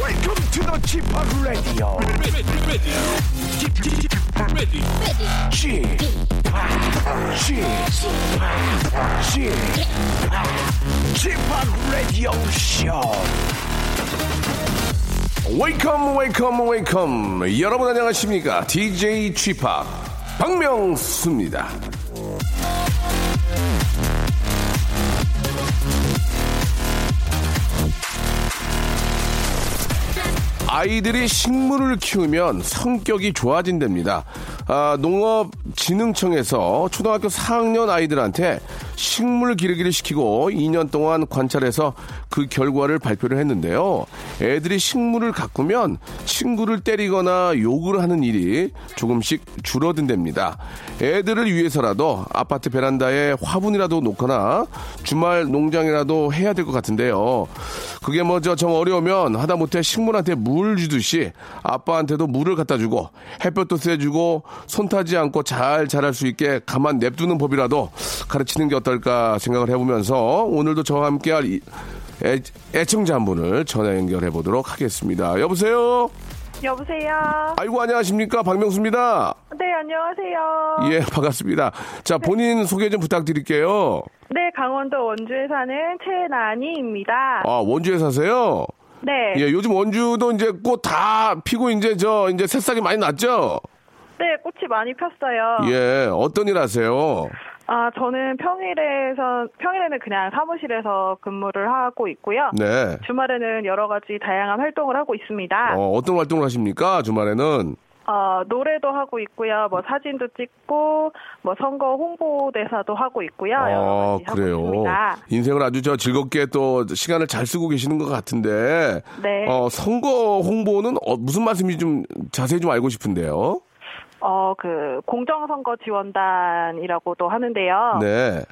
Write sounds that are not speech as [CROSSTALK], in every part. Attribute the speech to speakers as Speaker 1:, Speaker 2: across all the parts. Speaker 1: Welcome to the Chip Radio. Chip Chip Radio Show. Welcome, welcome, welcome. 여러분 안녕하십니까? DJ Chip 박명수입니다. 아이들이 식물을 키우면 성격이 좋아진답니다. 아, 농업진흥청에서 초등학교 4학년 아이들한테 식물 기르기를 시키고 2년 동안 관찰해서 그 결과를 발표를 했는데요. 애들이 식물을 가꾸면 친구를 때리거나 욕을 하는 일이 조금씩 줄어든답니다. 애들을 위해서라도 아파트 베란다에 화분이라도 놓거나 주말 농장이라도 해야 될 것 같은데요. 그게 뭐 먼저 정 어려우면 하다못해 식물한테 물 주듯이 아빠한테도 물을 갖다 주고 햇볕도 쐬주고 손 타지 않고 잘 자랄 수 있게 가만 냅두는 법이라도 가르치는 게 어떨까 생각을 해보면서 오늘도 저와 함께할 이- 애, 애청자 한 분을 전화 연결해 보도록 하겠습니다. 여보세요?
Speaker 2: 여보세요.
Speaker 1: 아이고, 안녕하십니까? 박명수입니다.
Speaker 2: 네, 안녕하세요.
Speaker 1: 예, 반갑습니다. 자, 본인 소개 좀 부탁드릴게요.
Speaker 2: 네, 강원도 원주에 사는 최나니입니다.
Speaker 1: 아, 원주에 사세요?
Speaker 2: 네.
Speaker 1: 예, 요즘 원주도 이제 꽃 다 피고 이제 저 이제 새싹이 많이 났죠?
Speaker 2: 네, 꽃이 많이 폈어요.
Speaker 1: 예, 어떤 일 하세요?
Speaker 2: 아, 저는 평일에서 평일에는 그냥 사무실에서 근무를 하고 있고요.
Speaker 1: 네.
Speaker 2: 주말에는 여러 가지 다양한 활동을 하고 있습니다.
Speaker 1: 어, 어떤 활동을 하십니까? 주말에는?
Speaker 2: 어, 노래도 하고 있고요. 뭐 사진도 찍고 뭐 선거 홍보대사도 하고 있고요. 여러
Speaker 1: 아,
Speaker 2: 가지 하고
Speaker 1: 그래요.
Speaker 2: 있습니다.
Speaker 1: 인생을 아주 저 즐겁게 또 시간을 잘 쓰고 계시는 것 같은데.
Speaker 2: 네.
Speaker 1: 어, 선거 홍보는 어, 무슨 말씀인지 좀 자세히 좀 알고 싶은데요.
Speaker 2: 어, 그 공정선거 지원단이라고도 하는데요.
Speaker 1: 네.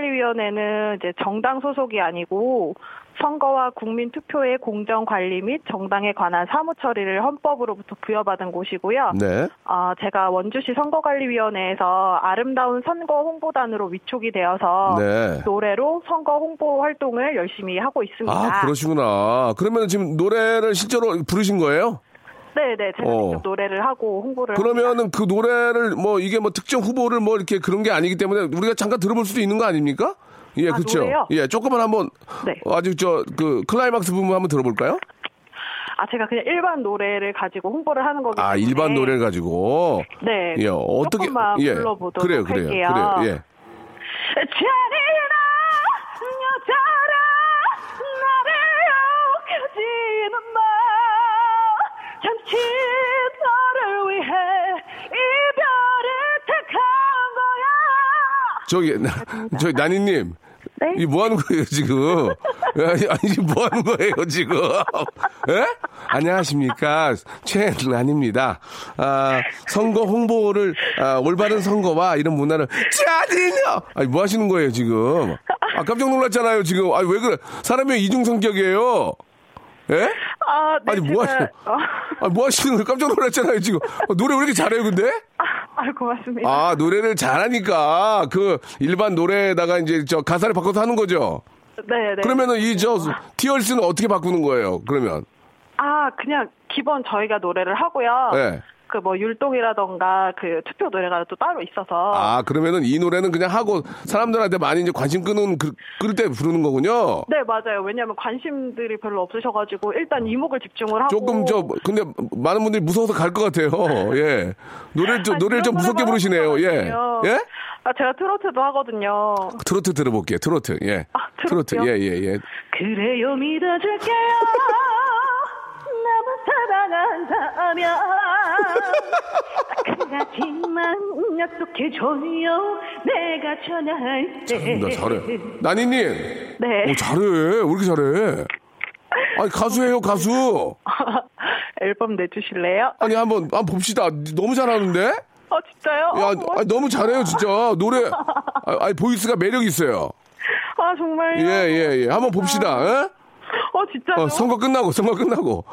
Speaker 2: 선거관리위원회는 이제 정당 소속이 아니고 선거와 국민 투표의 공정 관리 및 정당에 관한 사무 처리를 헌법으로부터 부여받은 곳이고요.
Speaker 1: 네.
Speaker 2: 어, 제가 원주시 선거관리위원회에서 아름다운 선거 홍보단으로 위촉이 되어서
Speaker 1: 네.
Speaker 2: 노래로 선거 홍보 활동을 열심히 하고 있습니다.
Speaker 1: 아, 그러시구나. 그러면 지금 노래를 실제로 부르신 거예요?
Speaker 2: 네, 네, 제가
Speaker 1: 어.
Speaker 2: 직접 노래를 하고 홍보를 합니다.
Speaker 1: 그러면은 그 노래를 뭐 이게 뭐 특정 후보를 뭐 이렇게 그런 게 아니기 때문에 우리가 잠깐 들어볼 수도 있는 거 아닙니까? 예,
Speaker 2: 아,
Speaker 1: 그렇죠.
Speaker 2: 노래요?
Speaker 1: 예, 조금만 한번
Speaker 2: 네.
Speaker 1: 어, 아주 저 그 클라이막스 부분 한번 들어볼까요?
Speaker 2: 아, 제가 그냥 일반 노래를 가지고 홍보를 하는 거기 때문에
Speaker 1: 아, 일반 노래를 가지고
Speaker 2: 네,
Speaker 1: 예, 어떻게
Speaker 2: 조금만
Speaker 1: 예.
Speaker 2: 불러보도록
Speaker 1: 그래요, 그래요.
Speaker 2: 할게요.
Speaker 1: 그래요. 예.
Speaker 2: 자리라 여자라 나를 욕하지는 마 잠시 너를 위해 이별을 택한 거야
Speaker 1: 저기 나- 저기 나니님.
Speaker 2: 네?
Speaker 1: 이 뭐 하는 거예요 지금? 예, 아니 이게 뭐 하는 거예요 지금? 예? 안녕하십니까 최란입니다. 아 선거 홍보를 아, 올바른 선거와 이런 문화를 짜증요. 아니 뭐 하시는 거예요 지금? 아 깜짝 놀랐잖아요 지금. 아니 왜 그래? 사람이 이중 성격이에요. 예?
Speaker 2: 아, 네,
Speaker 1: 아니 뭐
Speaker 2: 제가-
Speaker 1: 하시는?
Speaker 2: 어,
Speaker 1: 아, 뭐 하시는 거예요? 깜짝 놀랐잖아요 지금. 어, 노래 왜 이렇게 잘해요 근데?
Speaker 2: 아, 고맙습니다.
Speaker 1: 아, 노래를 잘하니까 그 일반 노래에다가 이제 저 가사를 바꿔서 하는 거죠.
Speaker 2: 네, 네.
Speaker 1: 그러면은 이 저 티얼스는 어떻게 바꾸는 거예요? 그러면
Speaker 2: 아, 그냥 기본 저희가 노래를 하고요.
Speaker 1: 네.
Speaker 2: 그 뭐 율동이라던가 그 투표 노래가 또 따로 있어서
Speaker 1: 아 그러면은 이 노래는 그냥 하고 사람들한테 많이 이제 관심 끄는 그, 그럴 때 부르는 거군요.
Speaker 2: 네, 맞아요. 왜냐하면 관심들이 별로 없으셔가지고 일단 이목을 집중을 하고
Speaker 1: 아. 조금 저 근데 많은 분들이 무서워서 갈 것 같아요. 예, 노래를 좀
Speaker 2: 네. 아,
Speaker 1: 노래를 좀
Speaker 2: 그런
Speaker 1: 무섭게
Speaker 2: 노래만
Speaker 1: 부르시네요. 예,
Speaker 2: 하거든요.
Speaker 1: 예.
Speaker 2: 아, 제가 트로트도 하거든요.
Speaker 1: 트로트 들어볼게요. 트로트. 예.
Speaker 2: 아,
Speaker 1: 트로트.
Speaker 2: 트로트요?
Speaker 1: 예, 예, 예. [LAUGHS]
Speaker 2: 그래요, 믿어줄게요. 나만 사랑한다면 아, 그렇지만 약속해줘요. 내가 전화할 때.
Speaker 1: 음, 나 잘해. 나니님.
Speaker 2: 예. 네.
Speaker 1: 오, 잘해. 왜 이렇게 잘해? 아니 가수예요 가수.
Speaker 2: [LAUGHS] 앨범 내주실래요?
Speaker 1: 아니 한번 한번 봅시다. 너무 잘하는데?
Speaker 2: 어 진짜요?
Speaker 1: 야
Speaker 2: 어, 고맙-
Speaker 1: 아, 너무 잘해요 진짜 노래. 아, 아니 보이스가 매력 있어요.
Speaker 2: 아 정말요?
Speaker 1: 예 예 예. 한번 봅시다. 예?
Speaker 2: 어 진짜요?
Speaker 1: 어, 선거 끝나고 선거 끝나고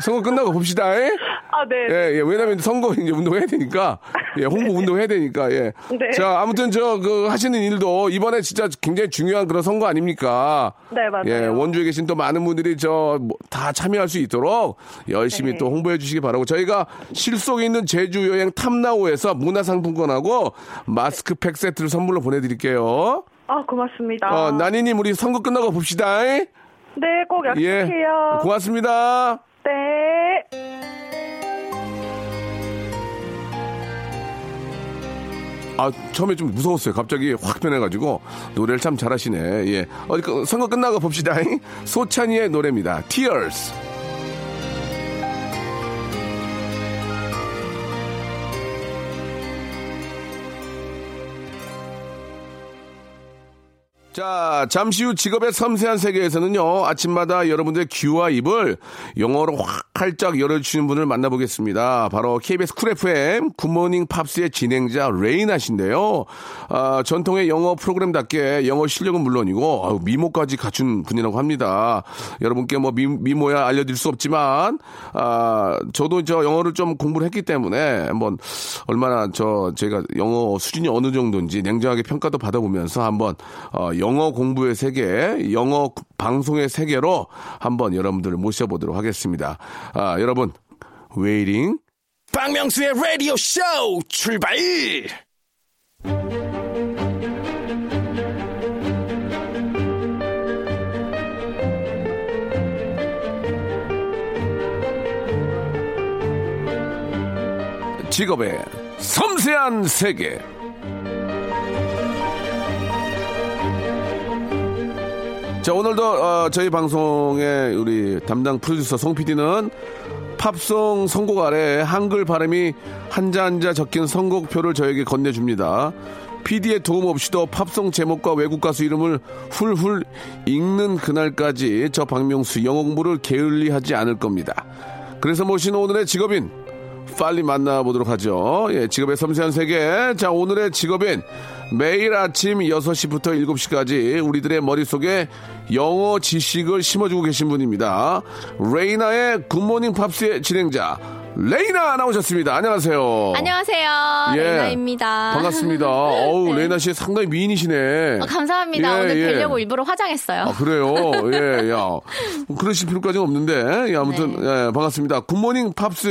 Speaker 1: 선거 끝나고 봅시다. 예?
Speaker 2: 아 네.
Speaker 1: 예, 예. 왜냐면 선거 이제 운동해야 되니까. 예, 홍보 운동해야 되니까. 예.
Speaker 2: 네.
Speaker 1: 자, 아무튼 저 그 하시는 일도 이번에 진짜 굉장히 중요한 그런 선거 아닙니까?
Speaker 2: 네, 맞아요.
Speaker 1: 예, 원주에 계신 또 많은 분들이 저뭐 다 참여할 수 있도록 열심히
Speaker 2: 네.
Speaker 1: 또 홍보해 주시기 바라고 저희가 실속 있는 제주 여행 탐나오에서 문화상품권하고 마스크팩 세트를 선물로 보내 드릴게요.
Speaker 2: 아 고맙습니다.
Speaker 1: 어, 난이 님 우리 선거 끝나고 봅시다. 예.
Speaker 2: 네, 꼭 약속해요.
Speaker 1: 고맙습니다.
Speaker 2: 네.
Speaker 1: 아 처음에 좀 무서웠어요. 갑자기 확 변해가지고 노래를 참 잘하시네. 예, 어디 그 선거 끝나고 봅시다. 소찬이의 노래입니다. Tears. 자, 잠시 후 직업의 섬세한 세계에서는요, 아침마다 여러분들의 귀와 입을 영어로 확 활짝 열어주시는 분을 만나보겠습니다. 바로 KBS 쿨 FM 굿모닝 팝스의 진행자 레이나 씨인데요. 아, 전통의 영어 프로그램답게 영어 실력은 물론이고, 아우, 미모까지 갖춘 분이라고 합니다. 여러분께 뭐 미, 미모야 알려드릴 수 없지만, 아, 저도 저 영어를 좀 공부를 했기 때문에 한번 얼마나 저 제가 영어 수준이 어느 정도인지 냉정하게 평가도 받아보면서 한번 어, 영어 공부의 세계, 영어 방송의 세계로 한번 여러분들을 모셔보도록 하겠습니다. 아, 여러분, 웨이링.
Speaker 3: 박명수의 라디오 쇼 출발!
Speaker 1: 직업의 섬세한 세계. 자, 오늘도 어, 저희 방송의 우리 담당 프로듀서 송 PD는 팝송 선곡 아래 한글 발음이 한자 한자 적힌 선곡표를 저에게 건네줍니다. PD의 도움 없이도 팝송 제목과 외국 가수 이름을 훌훌 읽는 그날까지 저 박명수 영어 공부를 게을리하지 않을 겁니다. 그래서 모신 오늘의 직업인 빨리 만나보도록 하죠. 예, 직업의 섬세한 세계. 자, 오늘의 직업인 매일 아침 6시부터 7시까지 우리들의 머릿속에 영어 지식을 심어주고 계신 분입니다. 레이나의 굿모닝 팝스의 진행자, 레이나 나오셨습니다. 안녕하세요.
Speaker 4: 안녕하세요.
Speaker 1: 어. 예.
Speaker 4: 레이나입니다.
Speaker 1: 반갑습니다. 어우,
Speaker 4: [LAUGHS] 네.
Speaker 1: 레이나 씨 상당히 미인이시네.
Speaker 4: 어, 감사합니다.
Speaker 1: 예,
Speaker 4: 오늘
Speaker 1: 예.
Speaker 4: 뵈려고 일부러 화장했어요. [LAUGHS]
Speaker 1: 아, 그래요? 예, 야. 뭐 그러실 필요까지는 없는데, 예, 아무튼,
Speaker 4: 네.
Speaker 1: 예, 반갑습니다. 굿모닝 팝스,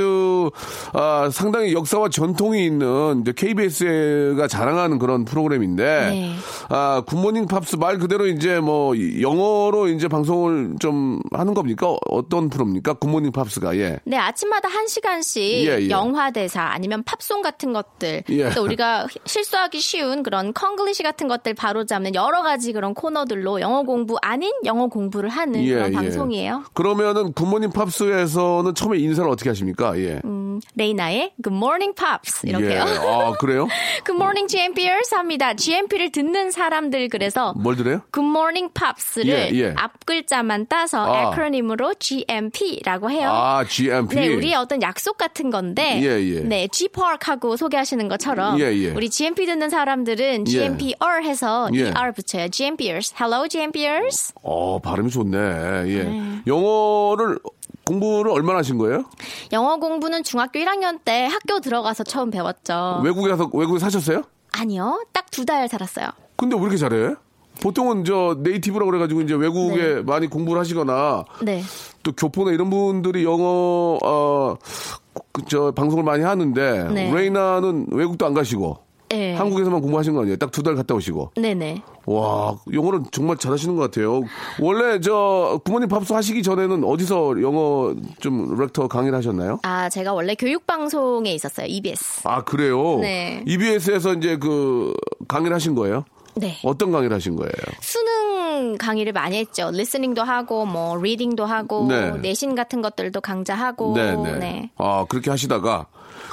Speaker 1: 아, 상당히 역사와 전통이 있는 KBS가 자랑하는 그런 프로그램인데,
Speaker 4: 네.
Speaker 1: 아, 굿모닝 팝스 말 그대로 이제 뭐, 영어로 이제 방송을 좀 하는 겁니까? 어떤 프로입니까? 굿모닝 팝스가, 예.
Speaker 4: 네, 아침마다 한 시간씩
Speaker 1: 예, 예.
Speaker 4: 영화 대사 아니면 팝송 같은 것들,
Speaker 1: 예.
Speaker 4: 또 우리가 히- 실수하기 쉬운 그런 콩글리시 같은 것들 바로잡는 여러 가지 그런 코너들로 영어 공부 아닌 영어 공부를 하는
Speaker 1: 예,
Speaker 4: 네, 그런
Speaker 1: 예.
Speaker 4: 방송이에요.
Speaker 1: 그러면은 굿모닝 팝스에서는 처음에 인사를 어떻게 하십니까? 예.
Speaker 4: 음, 레이나의 Good Morning Pops 이렇게요.
Speaker 1: 예. 아, 그래요?
Speaker 4: [LAUGHS] Good Morning GMPers 합니다. GMP를 듣는 사람들 그래서
Speaker 1: 뭘 들어요?
Speaker 4: 굿모닝 팝스를
Speaker 1: 예, 예.
Speaker 4: 앞 글자만 따서
Speaker 1: 아.
Speaker 4: 에크로님으로 GMP라고 해요.
Speaker 1: 아, GMP.
Speaker 4: 네, 우리의 어떤 약속 같은 건데,
Speaker 1: 예, 예.
Speaker 4: 네, G-Park하고 소개하시는 것처럼,
Speaker 1: 예, 예.
Speaker 4: 우리 GMP 듣는 사람들은
Speaker 1: 예.
Speaker 4: GMPR 해서
Speaker 1: 예.
Speaker 4: ER 붙여요. GMPers. Hello, GMPers.
Speaker 1: 어, 발음이 좋네. 예. 영어를 공부를 얼마나 하신 거예요?
Speaker 4: 영어 공부는 중학교 1학년 때 학교 들어가서 처음 배웠죠.
Speaker 1: 외국에 가서 외국에 사셨어요?
Speaker 4: 아니요, 딱 두 달 살았어요.
Speaker 1: 근데 왜 이렇게 잘해? 보통은 저 네이티브라고 그래 가지고 이제 외국에 많이 공부를 하시거나
Speaker 4: 네.
Speaker 1: 또 교포나 이런 분들이 영어 그 어저 방송을 많이 하는데
Speaker 4: 네.
Speaker 1: 레이나는 외국도 안 가시고
Speaker 4: 네.
Speaker 1: 한국에서만 공부하신 거 아니에요? 딱 두 달 갔다 오시고.
Speaker 4: 네네.
Speaker 1: 와, 영어를 정말 잘하시는 것 같아요. 원래 저 부모님 밥수 하시기 전에는 어디서 영어 좀 렉터 강의를 하셨나요?
Speaker 4: 아, 제가 원래 교육방송에 있었어요. E EBS.
Speaker 1: 아 그래요?
Speaker 4: 네.
Speaker 1: EBS에서 이제 그 강의를 하신 거예요?
Speaker 4: 네.
Speaker 1: 어떤 강의를 하신 거예요?
Speaker 4: 수능 강의를 많이 했죠. 리스닝도 하고 뭐 리딩도 하고
Speaker 1: 네.
Speaker 4: 내신 같은 것들도 강좌하고 네.
Speaker 1: 아 그렇게 하시다가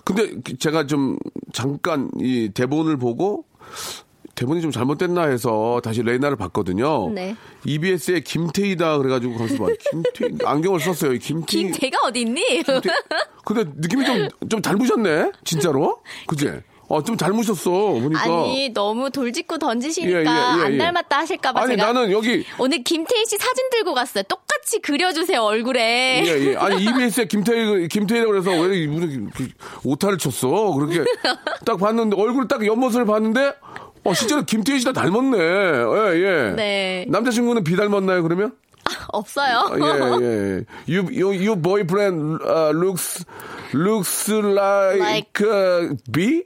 Speaker 1: 근데 제가 좀 잠깐 이 대본을 보고 대본이 좀 잘못됐나 해서 다시 레나를 봤거든요.
Speaker 4: 네.
Speaker 1: EBS의 김태희다 그래가지고 가서 봐. 김태희
Speaker 4: [LAUGHS]
Speaker 1: 안경을 썼어요. 이 김태희.
Speaker 4: 김태가 어디 있니?
Speaker 1: 그러니까. 근데 느낌이 좀, 좀 닮으셨네? 진짜로? 그지? 아, 좀 닮으셨어. 보니까.
Speaker 4: 아니 너무 돌직구 던지시니까
Speaker 1: 예, 예, 예,
Speaker 4: 안
Speaker 1: 예.
Speaker 4: 닮았다 하실까봐
Speaker 1: 아니,
Speaker 4: 제가
Speaker 1: 나는 여기.
Speaker 4: 오늘 김태희 씨 사진 들고 갔어요. 똑같이 그려주세요 얼굴에.
Speaker 1: 예, 예. 아니, EBS의 김태희, 김태희라고 그래서 왜 이- 무슨 그- 오타를 쳤어? 그렇게 딱 봤는데, 얼굴 딱 옆모습을 봤는데, 어, 실제로 김태희 씨가 닮았네. 예, 예.
Speaker 4: 네.
Speaker 1: 남자친구는 비 닮았나요, 그러면?
Speaker 4: 없어요.
Speaker 1: 아, 예, 예. You, you, your boyfriend uh, looks, looks like,
Speaker 4: Like-
Speaker 1: uh, B?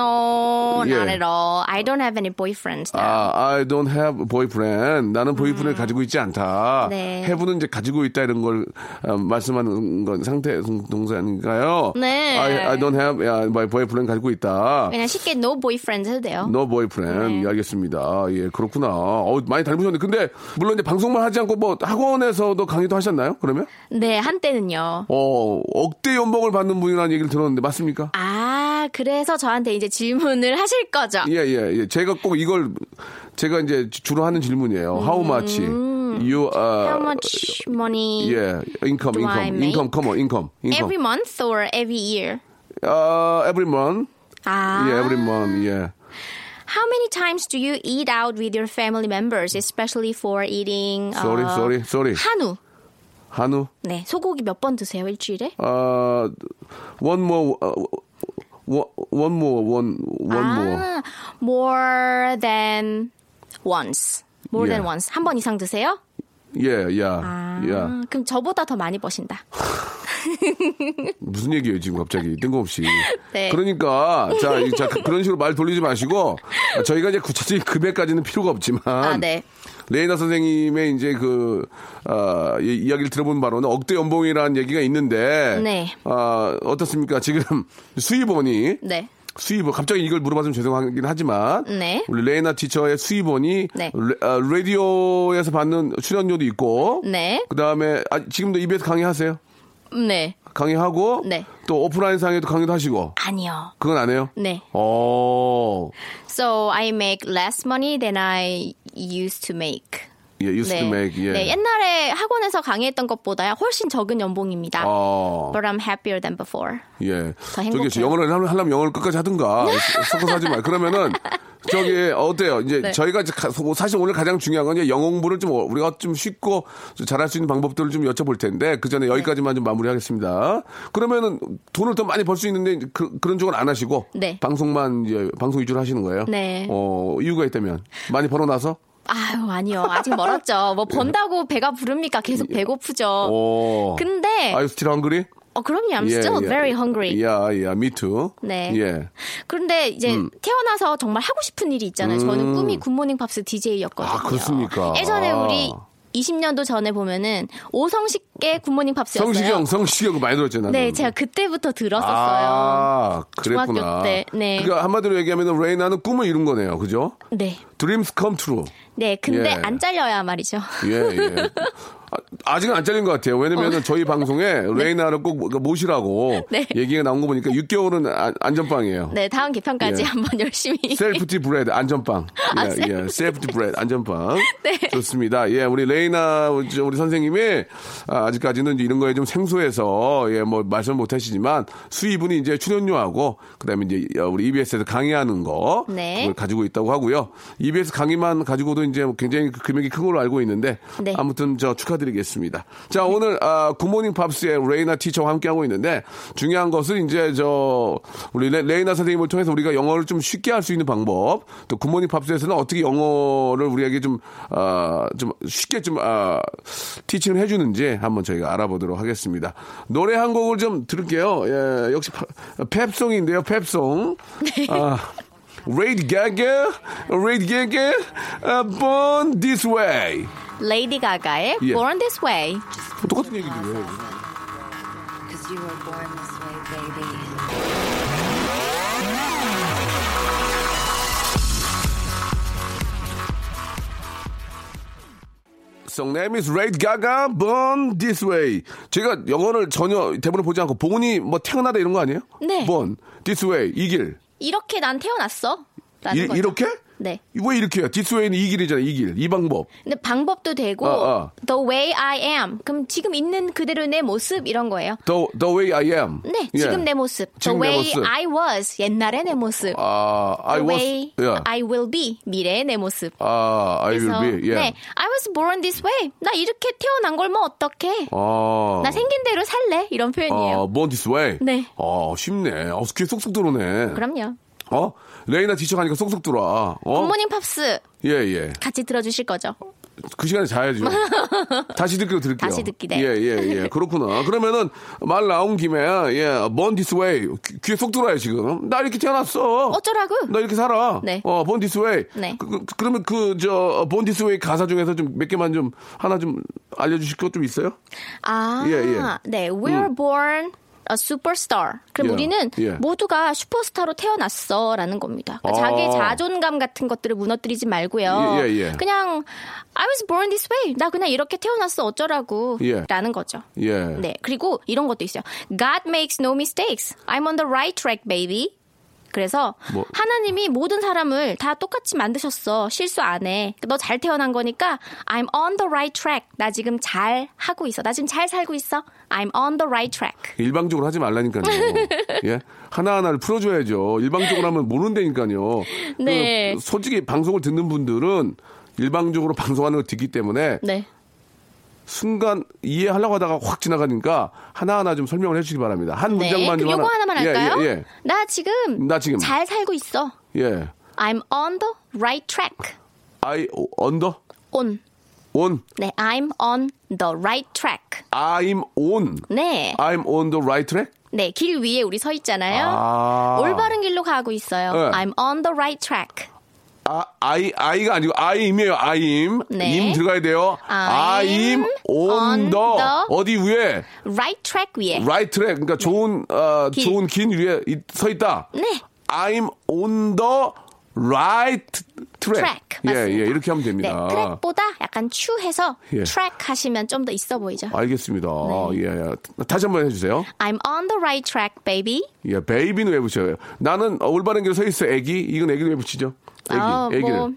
Speaker 4: No, not
Speaker 1: 예.
Speaker 4: at all. I don't have any boyfriends. now.
Speaker 1: 아, I don't have boyfriend. 나는 보이프렌드 가지고 있지 않다.
Speaker 4: 음. 네.
Speaker 1: have는 이제 가지고 있다 이런 걸 아, 말씀하는 건 상태 동- 동사니까요.
Speaker 4: 네.
Speaker 1: I, I don't have 야, my boyfriend 가지고 있다.
Speaker 4: 그냥 쉽게 no boyfriend 해도 돼요.
Speaker 1: 너
Speaker 4: 네.
Speaker 1: 보이프렌드 알겠습니다. 예, 그렇구나. 어, 많이 닮으셨는데 근데 물론 이제 방송만 하지 않고 뭐 학원에서도 강의도 하셨나요? 그러면?
Speaker 4: 네, 한때는요.
Speaker 1: 어, 억대 연봉을 받는 분이라는 얘기를 들었는데 맞습니까?
Speaker 4: 아, 그래서 저한테 이제 질문을 하실 거죠.
Speaker 1: 예, 예, 예. 제가 꼭 이걸 제가 이제 주로 하는 질문이에요. How much? You uh,
Speaker 4: 음. How much money
Speaker 1: Yeah, income,
Speaker 4: Do I
Speaker 1: income,
Speaker 4: make?
Speaker 1: income. Come on, income, income.
Speaker 4: every month or every year?
Speaker 1: uh, every month.
Speaker 4: 아,
Speaker 1: Yeah, every month. Yeah.
Speaker 4: how many times do you eat out with your family members, especially for eating?
Speaker 1: Sorry,
Speaker 4: uh,
Speaker 1: sorry, sorry.
Speaker 4: 한우.
Speaker 1: 한우.
Speaker 4: 네, 소고기 몇 번 드세요 일주일에?
Speaker 1: Uh, one more. Uh, one, one more. One. One
Speaker 4: Ah.
Speaker 1: more.
Speaker 4: 아, more than once. More
Speaker 1: 예.
Speaker 4: than once. 한 번 이상 드세요?
Speaker 1: Yeah, yeah,
Speaker 4: 아,
Speaker 1: yeah.
Speaker 4: 그럼 저보다 더 많이 버신다.
Speaker 1: 무슨 얘기예요 지금 갑자기 뜬금없이.
Speaker 4: [LAUGHS] 네.
Speaker 1: 그러니까 자, 이- 자 그런 식으로 말 돌리지 마시고 저희가 이제 구체적인 금액까지는 필요가 없지만.
Speaker 4: 아, 네.
Speaker 1: 레이나 선생님의 이제 그, 아, 이- 이야기를 들어본 바로는 억대 연봉이라는 얘기가 있는데.
Speaker 4: 네.
Speaker 1: 아, 어떻습니까? 지금 수입원이.
Speaker 4: 네.
Speaker 1: 수입원, 갑자기 이걸 물어봐서 죄송하긴 하지만.
Speaker 4: 네.
Speaker 1: 우리 레이나 티처의 수입원이.
Speaker 4: 네.
Speaker 1: 레, 아, 라디오에서 받는 출연료도 있고.
Speaker 4: 네.
Speaker 1: 그 다음에, 아, 지금도 EBS 강의하세요?
Speaker 4: 네.
Speaker 1: 강의하고.
Speaker 4: 네.
Speaker 1: 또 오프라인상에도 강의도 하시고.
Speaker 4: 아니요.
Speaker 1: 그건 안 해요?
Speaker 4: 네.
Speaker 1: 어,
Speaker 4: So I make less money than I used to make.
Speaker 1: 예, used to make, 예.
Speaker 4: 네, 옛날에 학원에서 강의했던 것보다 훨씬 적은 연봉입니다.
Speaker 1: 어.
Speaker 4: But I'm happier than before.
Speaker 1: 예.
Speaker 4: 네. 행복해요.
Speaker 1: 저기 영어를 하려- 하려면 영어를 끝까지 하든가 섞어서 하지 마. 그러면은 저기 어때요? 이제
Speaker 4: 네.
Speaker 1: 저희가 이제 가- 뭐 사실 오늘 가장 중요한 건 이제 영어 공부를 좀 어- 우리가 좀 쉽고 좀 잘할 수 있는 방법들을 좀 여쭤볼 텐데 그
Speaker 4: 네.
Speaker 1: 전에 여기까지만 좀 마무리하겠습니다. 그러면은 돈을 더 많이 벌 수 있는데 그, 런 쪽은 안 하시고
Speaker 4: 네.
Speaker 1: 방송만 이제 방송 위주로 하시는 거예요.
Speaker 4: 네.
Speaker 1: 어 이유가 있다면 많이 벌어놔서.
Speaker 4: 아유, 아니요. 아직 멀었죠. 뭐 번다고 배가 부릅니까? 계속 배고프죠.
Speaker 1: 예. 오.
Speaker 4: 근데
Speaker 1: Are you still hungry?
Speaker 4: 어, 그럼요. I'm
Speaker 1: 예,
Speaker 4: still
Speaker 1: 예.
Speaker 4: very hungry.
Speaker 1: Yeah, yeah, me too.
Speaker 4: 네.
Speaker 1: 예.
Speaker 4: 그런데 이제
Speaker 1: 음.
Speaker 4: 태어나서 정말 하고 싶은 일이 있잖아요. 저는 꿈이 굿모닝 팝스 DJ였거든요.
Speaker 1: 아, 그렇습니까?
Speaker 4: 예전에
Speaker 1: 아.
Speaker 4: 우리 20년도 전에 보면은 오성식의 굿모닝 팝스였어요.
Speaker 1: 성시경, 성시경 많이 들었죠, 나는.
Speaker 4: 네, 제가 그때부터 들었었어요.
Speaker 1: 아, 그랬구나.
Speaker 4: 중학교 때, 네.
Speaker 1: 그러니까 한마디로 얘기하면 레이나는 꿈을 이룬 거네요. 그죠?
Speaker 4: 네.
Speaker 1: Dreams come true.
Speaker 4: 네, 근데
Speaker 1: 예.
Speaker 4: 안 잘려야 말이죠.
Speaker 1: 예, 예. 아, 직은안 잘린 것 같아요. 왜냐면 은 저희
Speaker 4: [LAUGHS]
Speaker 1: 방송에 레이나를 꼭 모시라고
Speaker 4: 어. 네.
Speaker 1: 얘기가 나온 거 보니까 6개월은 아, 안, 안전빵이에요.
Speaker 4: 네, 다음 개편까지
Speaker 1: 예.
Speaker 4: 한번 열심히. [LAUGHS]
Speaker 1: 셀프티 브레드 안전빵.
Speaker 4: 아,
Speaker 1: 예, 예.
Speaker 4: 셀프티
Speaker 1: 셀프티 브레드 안전빵.
Speaker 4: [LAUGHS] 네.
Speaker 1: 좋습니다. 예, 우리 레이나 우리 우리 선생님이 아, 아직까지는 이런 거에 좀 생소해서 예, 뭐 말씀 못 하시지만 수입은 이제 출연료하고 그다음에 이제 어, 우리 EBS에서 강의하는 거
Speaker 4: 네.
Speaker 1: 그걸 가지고 있다고 하고요. EBS 강의만 가지고도 이제 굉장히 그 금액이 큰 걸로 알고 있는데
Speaker 4: 네.
Speaker 1: 아무튼 저 축하드리겠습니다. 자, 오늘 아, 굿모닝 팝스의 레이나 티처와 함께 하고 있는데 중요한 것은 이제 저 우리 레, 레이나 선생님을 통해서 우리가 영어를 좀 쉽게 할 수 있는 방법, 또 굿모닝 팝스에서는 어떻게 영어를 우리에게 좀 아, 좀 쉽게 좀 아, 티칭을 해주는지 한번 저희가 알아보도록 하겠습니다. 노래 한 곡을 좀 들을게요. 예, 역시 파- 팝송인데요, 팝송. 아, Lady Gaga, Lady Gaga, uh, Born This Way.
Speaker 4: 레이디 가가의
Speaker 1: 예.
Speaker 4: Born This Way.
Speaker 1: 뭐 똑같은 얘기를 왜?
Speaker 5: Cause you were born this way, baby.
Speaker 1: Song name is Lady Gaga, Born This Way. 제가 영어를 전혀 대본을 보지 않고 본이 뭐 태어나다 이런 거 아니에요?
Speaker 4: 네.
Speaker 1: Born This Way 이 길.
Speaker 4: 이렇게 난 태어났어. 라는
Speaker 1: 이,
Speaker 4: 거죠.
Speaker 1: 이렇게?
Speaker 4: 네.
Speaker 1: 왜 이렇게? 디스웨이는 이 길이잖아요. 이 길. 이 방법.
Speaker 4: 근데 방법도 되고
Speaker 1: 어, 어.
Speaker 4: the way I am. 그럼 지금 있는 그대로 내 모습 이런 거예요.
Speaker 1: The, the way I am.
Speaker 4: 네,
Speaker 1: 예.
Speaker 4: 지금 내 모습. The
Speaker 1: 지금 내
Speaker 4: way
Speaker 1: 모습.
Speaker 4: I was. 옛날의 내 모습.
Speaker 1: 아, I
Speaker 4: the
Speaker 1: was.
Speaker 4: way
Speaker 1: 예.
Speaker 4: I will be. 미래의 내 모습.
Speaker 1: 아, I
Speaker 4: 그래서
Speaker 1: will be. 예.
Speaker 4: 네, I was born this way. 나 이렇게 태어난 걸 뭐 어떡해?
Speaker 1: 아.
Speaker 4: 나 생긴 대로 살래? 이런 표현이에요.
Speaker 1: 아, born this way.
Speaker 4: 네.
Speaker 1: 아, 쉽네. 어, 귀에 쏙쏙 들어오네.
Speaker 4: 그럼요.
Speaker 1: 어? 레이나 뒤쳐가니까 쏙쏙 들어와. 어?
Speaker 4: 굿모닝 팝스
Speaker 1: 예, 예.
Speaker 4: 같이 들어주실 거죠?
Speaker 1: 그 시간에
Speaker 4: [LAUGHS]
Speaker 1: 자야죠. 다시 듣기로 들을게요.
Speaker 4: 다시 듣기, 네.
Speaker 1: 예,
Speaker 4: [LAUGHS]
Speaker 1: 예, 예. 그렇구나. 그러면은 말 나온 김에, 예, born this way. 귀- 귀에 쏙 들어와요, 지금. 나 이렇게 태어났어.
Speaker 4: 어쩌라고?
Speaker 1: 나 이렇게 살아.
Speaker 4: 네.
Speaker 1: 어, Born This Way.
Speaker 4: 네.
Speaker 1: 그, 그, 러면 그, 저, Born This Way 가사 중에서 좀 몇 개만 좀, 하나 좀 알려주실 것 좀 있어요?
Speaker 4: 아,
Speaker 1: 예, 예.
Speaker 4: 네, we're born a superstar. 그럼
Speaker 1: 예,
Speaker 4: 우리는
Speaker 1: 예.
Speaker 4: 모두가 슈퍼스타로 태어났어라는 겁니다. 그러니까
Speaker 1: 아.
Speaker 4: 자기의 자존감 같은 것들을 무너뜨리지 말고요.
Speaker 1: 예, 예, 예.
Speaker 4: 그냥 I was born this way. 나 그냥 이렇게 태어났어
Speaker 1: 예.
Speaker 4: 어쩌라고라는 거죠.
Speaker 1: 예.
Speaker 4: 네, 그리고 이런 것도 있어요. God makes no mistakes. I'm on the right track, baby. 그래서
Speaker 1: 뭐-
Speaker 4: 하나님이 모든 사람을 다 똑같이 만드셨어. 실수 안 해. 너 잘 태어난 거니까 I'm on the right track. 나 지금 잘 하고 있어. 나 지금 잘 살고 있어. I'm on the right track.
Speaker 1: 그 일방적으로 하지
Speaker 4: [LAUGHS]
Speaker 1: 말라니까요. 예. 하나하나를 풀어줘야죠. 일방적으로 하면 모른다니까요.
Speaker 4: 네.
Speaker 1: 그 솔직히 방송을 듣는 분들은 일방적으로 방송하는 걸 듣기 때문에
Speaker 4: 네.
Speaker 1: 순간 이해하려고 하다가 확 지나가니까 하나하나 좀 설명을 해주시기 바랍니다. 한 문장만 좀
Speaker 4: 네. 그럼 요거 하나... 만
Speaker 1: 예,
Speaker 4: 할까요?
Speaker 1: 예, 예.
Speaker 4: 나 지금
Speaker 1: 나 지금.
Speaker 4: 잘 살고 있어.
Speaker 1: 예.
Speaker 4: I'm on the right track.
Speaker 1: I under
Speaker 4: on.
Speaker 1: on
Speaker 4: 네, I'm on the right track.
Speaker 1: I'm on
Speaker 4: 네.
Speaker 1: I'm on the right track.
Speaker 4: 네, 길 위에 우리 서 있잖아요.
Speaker 1: 아.
Speaker 4: 올바른 길로 가고 있어요.
Speaker 1: 네.
Speaker 4: I'm on the right track.
Speaker 1: 아, I, I가 아니고 I임이에요. I임.
Speaker 4: 네.
Speaker 1: 임 들어가야 돼요.
Speaker 4: I'm
Speaker 1: I'm on
Speaker 4: on
Speaker 1: the
Speaker 4: the
Speaker 1: 어디 위에
Speaker 4: Right track 위에.
Speaker 1: right track. 그러니까 좋은 어,
Speaker 4: 길.
Speaker 1: 좋은 긴 위에 이- 서 있다.
Speaker 4: 네.
Speaker 1: I'm on the right track.
Speaker 4: 트랙.
Speaker 1: 예,
Speaker 4: 맞습니다.
Speaker 1: 예, 이렇게 하면
Speaker 4: 네,
Speaker 1: 됩니다.
Speaker 4: 트랙보다 약간 추해서
Speaker 1: 예. 아.
Speaker 4: 트랙 하시면 좀 더 있어 보이죠.
Speaker 1: 알겠습니다. 예,
Speaker 4: 네.
Speaker 1: 예. 다시 한 번 해주세요.
Speaker 4: I'm on the right track, baby.
Speaker 1: 예, 베이비는 왜 붙여요? 나는 어, 올바른 길에 서 있어, 애기. 이건 애기를 왜 붙이죠? 애기,
Speaker 4: 아,
Speaker 1: 애기를.
Speaker 4: 뭐,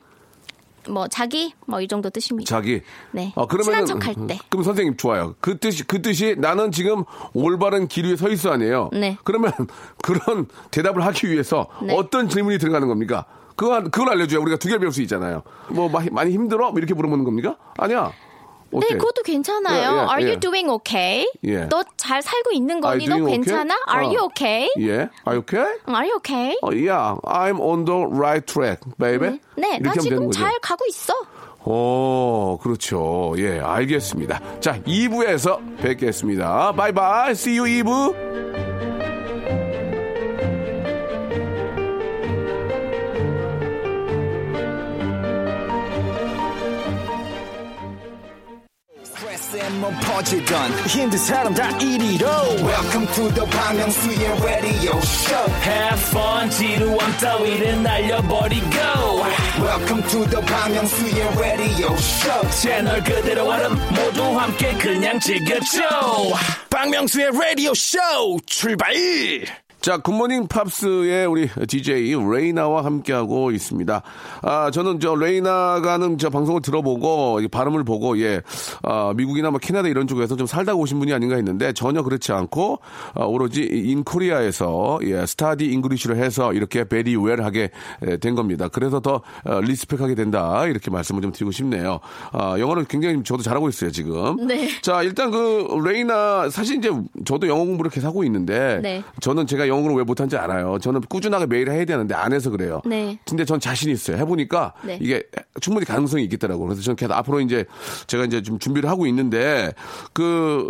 Speaker 4: 뭐 자기 뭐 이 정도 뜻입니다.
Speaker 1: 자기.
Speaker 4: 네.
Speaker 1: 아, 그러면은
Speaker 4: 친한 척할 때.
Speaker 1: 그럼 선생님 좋아요. 그 뜻이 그 뜻이 나는 지금 올바른 길 위에 서 있어 아니에요.
Speaker 4: 네.
Speaker 1: 그러면 [LAUGHS] 그런 대답을 하기 위해서
Speaker 4: 네.
Speaker 1: 어떤 질문이 들어가는 겁니까? 그거 그걸 알려줘야 우리가 두 개를 배울 수 있잖아요. 뭐 마- 많이 힘들어? 뭐 이렇게 물어보는 겁니까? 아니야. 어때?
Speaker 4: 네, 그것도 괜찮아요.
Speaker 1: 예, 예,
Speaker 4: Are
Speaker 1: 예.
Speaker 4: you doing okay?
Speaker 1: 예.
Speaker 4: 너 잘 살고 있는 거니?
Speaker 1: Are you
Speaker 4: 너
Speaker 1: doing okay?
Speaker 4: 괜찮아? Are
Speaker 1: 어.
Speaker 4: you okay?
Speaker 1: 예. Are you okay?
Speaker 4: Are you okay?
Speaker 1: 어, yeah, I'm on the right track, baby. 이렇게
Speaker 4: 네, 나
Speaker 1: 하면 되는
Speaker 4: 지금
Speaker 1: 거죠.
Speaker 4: 잘 가고 있어.
Speaker 1: 오, 그렇죠. 예, 알겠습니다. 자, 2부에서 뵙겠습니다. 바이바이. See you 2부.
Speaker 3: 스트레스에 몸 퍼지던 힘든 사람 다 이리로 Welcome to the 박명수의 Radio Show
Speaker 6: Have fun 지루함 따위를 날려버리고
Speaker 3: Welcome to the 박명수의 Radio Show
Speaker 6: 채널 그대로 얼음 모두 함께 그냥 즐겨줘
Speaker 3: 박명수의 Radio Show 출발
Speaker 1: 자, 굿모닝 팝스의 우리 DJ 레이나와 함께하고 있습니다. 아, 저는 저 레이나가는 저 방송을 들어보고 이 발음을 보고 예, 아, 미국이나 뭐 캐나다 이런 쪽에서 좀 살다 오신 분이 아닌가 했는데 전혀 그렇지 않고 아, 오로지 인 코리아에서 예, 스타디 잉글리시로 해서 이렇게 베리 웰하게 예, 된 겁니다. 그래서 더 어, 리스펙하게 된다 이렇게 말씀을 좀 드리고 싶네요. 아, 영어를 굉장히 저도 잘하고 있어요 지금.
Speaker 4: 네.
Speaker 1: 자, 일단 그 레이나 사실 이제 저도 영어 공부를 계속 하고 있는데
Speaker 4: 네.
Speaker 1: 저는 제가 영어를 왜 못한지 알아요. 저는 꾸준하게 매일 해야 되는데 안 해서 그래요.
Speaker 4: 네.
Speaker 1: 근데 전 자신 있어요. 해보니까
Speaker 4: 네.
Speaker 1: 이게 충분히 가능성이 있겠더라고요. 그래서 저는 계속 앞으로 이제 제가 이제 좀 준비를 하고 있는데 그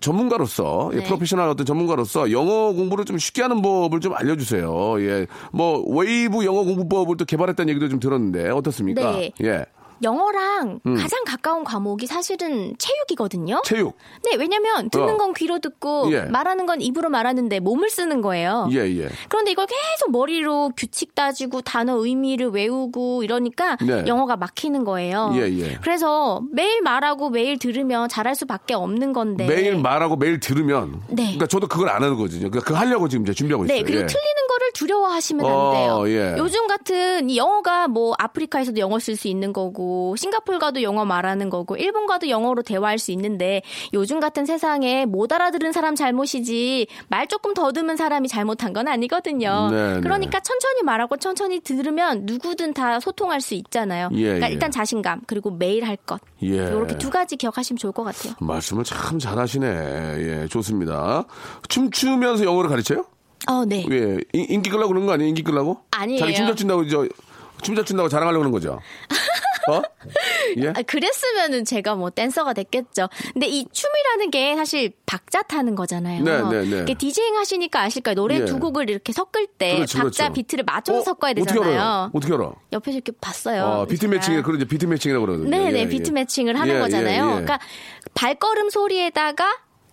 Speaker 1: 전문가로서 예,
Speaker 4: 네.
Speaker 1: 프로페셔널 어떤 전문가로서 영어 공부를 좀 쉽게 하는 법을 좀 알려주세요. 예, 뭐 웨이브 영어 공부법을 또 개발했다는 얘기도 좀 들었는데 어떻습니까?
Speaker 4: 네.
Speaker 1: 예,
Speaker 4: 영어랑 가장 가까운 과목이 사실은 체육이거든요.
Speaker 1: 음. 체육.
Speaker 4: 네, 왜냐면 듣는
Speaker 1: 어.
Speaker 4: 건 귀로 듣고
Speaker 1: 예.
Speaker 4: 말하는 건 입으로 말하는데 몸을 쓰는 거예요.
Speaker 1: 예, 예.
Speaker 4: 그런데 이걸 계속 머리로 규칙 따지고 단어 의미를 외우고 이러니까
Speaker 1: 네.
Speaker 4: 영어가 막히는 거예요.
Speaker 1: 예, 예.
Speaker 4: 그래서 매일 말하고 매일 들으면 잘할 수밖에 없는 건데.
Speaker 1: 매일 말하고 매일 들으면
Speaker 4: 네.
Speaker 1: 그러니까 저도 그걸 안 하는 거죠. 그러니까 그거 하려고 지금 이제 준비하고
Speaker 4: 네,
Speaker 1: 있어요.
Speaker 4: 그리고
Speaker 1: 예.
Speaker 4: 틀리는 거를 두려워하시면
Speaker 1: 어,
Speaker 4: 안 돼요.
Speaker 1: 예.
Speaker 4: 요즘 같은 이 영어가 뭐 아프리카에서도 영어 쓸 수 있는 거고 싱가폴 가도 영어 말하는 거고 일본 가도 영어로 대화할 수 있는데 요즘 같은 세상에 못 알아들은 사람 잘못이지 말 조금 더듬은 사람이 잘못한 건 아니거든요.
Speaker 1: 네, 네.
Speaker 4: 그러니까 천천히 말하고 천천히 들으면 누구든 다 소통할 수 있잖아요.
Speaker 1: 예,
Speaker 4: 그러니까
Speaker 1: 예.
Speaker 4: 일단 자신감 그리고 매일 할 것.
Speaker 1: 예.
Speaker 4: 이렇게 두 가지 기억하시면 좋을 것 같아요.
Speaker 1: 말씀을 참 잘하시네. 예, 좋습니다. 춤추면서 영어를 가르쳐요?
Speaker 4: 어, 네.
Speaker 1: 예, 인- 인기 끌라고 그런 거 아니에요? 인기 끌라고?
Speaker 4: 아니에요.
Speaker 1: 자기 춤잘 춘다고 저 춤잘 춘다고 자랑하려고 그러는 거죠.
Speaker 4: [LAUGHS]
Speaker 1: 어? 예?
Speaker 4: 아, 그랬으면은 제가 뭐 댄서가 됐겠죠. 근데 이 춤이라는 게 사실 박자 타는 거잖아요.
Speaker 1: 네, 네, 네.
Speaker 4: 이게 디제잉 하시니까 아실 거예요. 노래
Speaker 1: 예.
Speaker 4: 두 곡을 이렇게 섞을 때
Speaker 1: 그렇죠,
Speaker 4: 박자
Speaker 1: 그렇죠.
Speaker 4: 비트를 맞춰서
Speaker 1: 어?
Speaker 4: 섞어야
Speaker 1: 어떻게
Speaker 4: 되잖아요.
Speaker 1: 알아요? 어떻게 알아?
Speaker 4: 옆에서 이렇게 봤어요.
Speaker 1: 아, 비트
Speaker 4: 제가.
Speaker 1: 매칭이 그런 이제 비트 매칭이라고 그러거든요.
Speaker 4: 네네
Speaker 1: 예, 예.
Speaker 4: 비트 매칭을 하는
Speaker 1: 예,
Speaker 4: 거잖아요.
Speaker 1: 예, 예.
Speaker 4: 그러니까 발걸음 소리에다가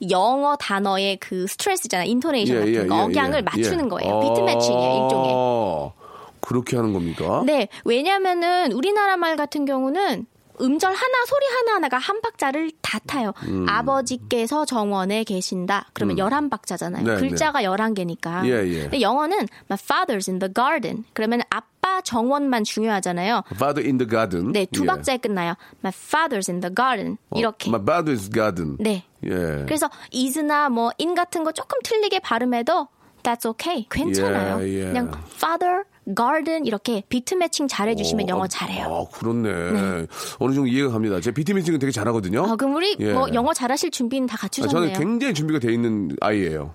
Speaker 4: 영어 단어의 그 스트레스잖아,
Speaker 1: 예,
Speaker 4: 인토네이션 같은 거 억양을 맞추는 거예요. 비트 매칭이에요, 일종의.
Speaker 1: 일종의. 어. 그렇게 하는 겁니까?
Speaker 4: 네, 왜냐면은 우리나라 말 같은 경우는 음절 하나 소리 하나 하나가 한 박자를 다 타요.
Speaker 1: 음.
Speaker 4: 아버지께서 정원에 계신다. 그러면 열한 박자잖아요.
Speaker 1: 네,
Speaker 4: 글자가 열한 개니까.
Speaker 1: 예, 예.
Speaker 4: 근데 영어는 my father's in the garden. 그러면 아빠 정원만 중요하잖아요.
Speaker 1: Father in the garden.
Speaker 4: 네, 두
Speaker 1: 예.
Speaker 4: 박자에 끝나요. my father's in the garden. 이렇게.
Speaker 1: 어, My father is garden.
Speaker 4: 네.
Speaker 1: 예.
Speaker 4: 그래서 is나 뭐 in 같은 거 조금 틀리게 발음해도 that's okay. 괜찮아요.
Speaker 1: 예, 예.
Speaker 4: 그냥 father, garden 이렇게 비트 매칭 잘해 주시면 영어 잘해요.
Speaker 1: 아, 그렇네. 어느 정도 이해가 갑니다. 제 비트 매칭은 되게 잘하거든요.
Speaker 4: 아, 그럼 우리
Speaker 1: 예.
Speaker 4: 뭐 영어 잘하실 준비는 다
Speaker 1: 아, 저는
Speaker 4: 갖추셨네요.
Speaker 1: 굉장히 준비가 돼 있는
Speaker 4: [LAUGHS]
Speaker 1: 아이예요.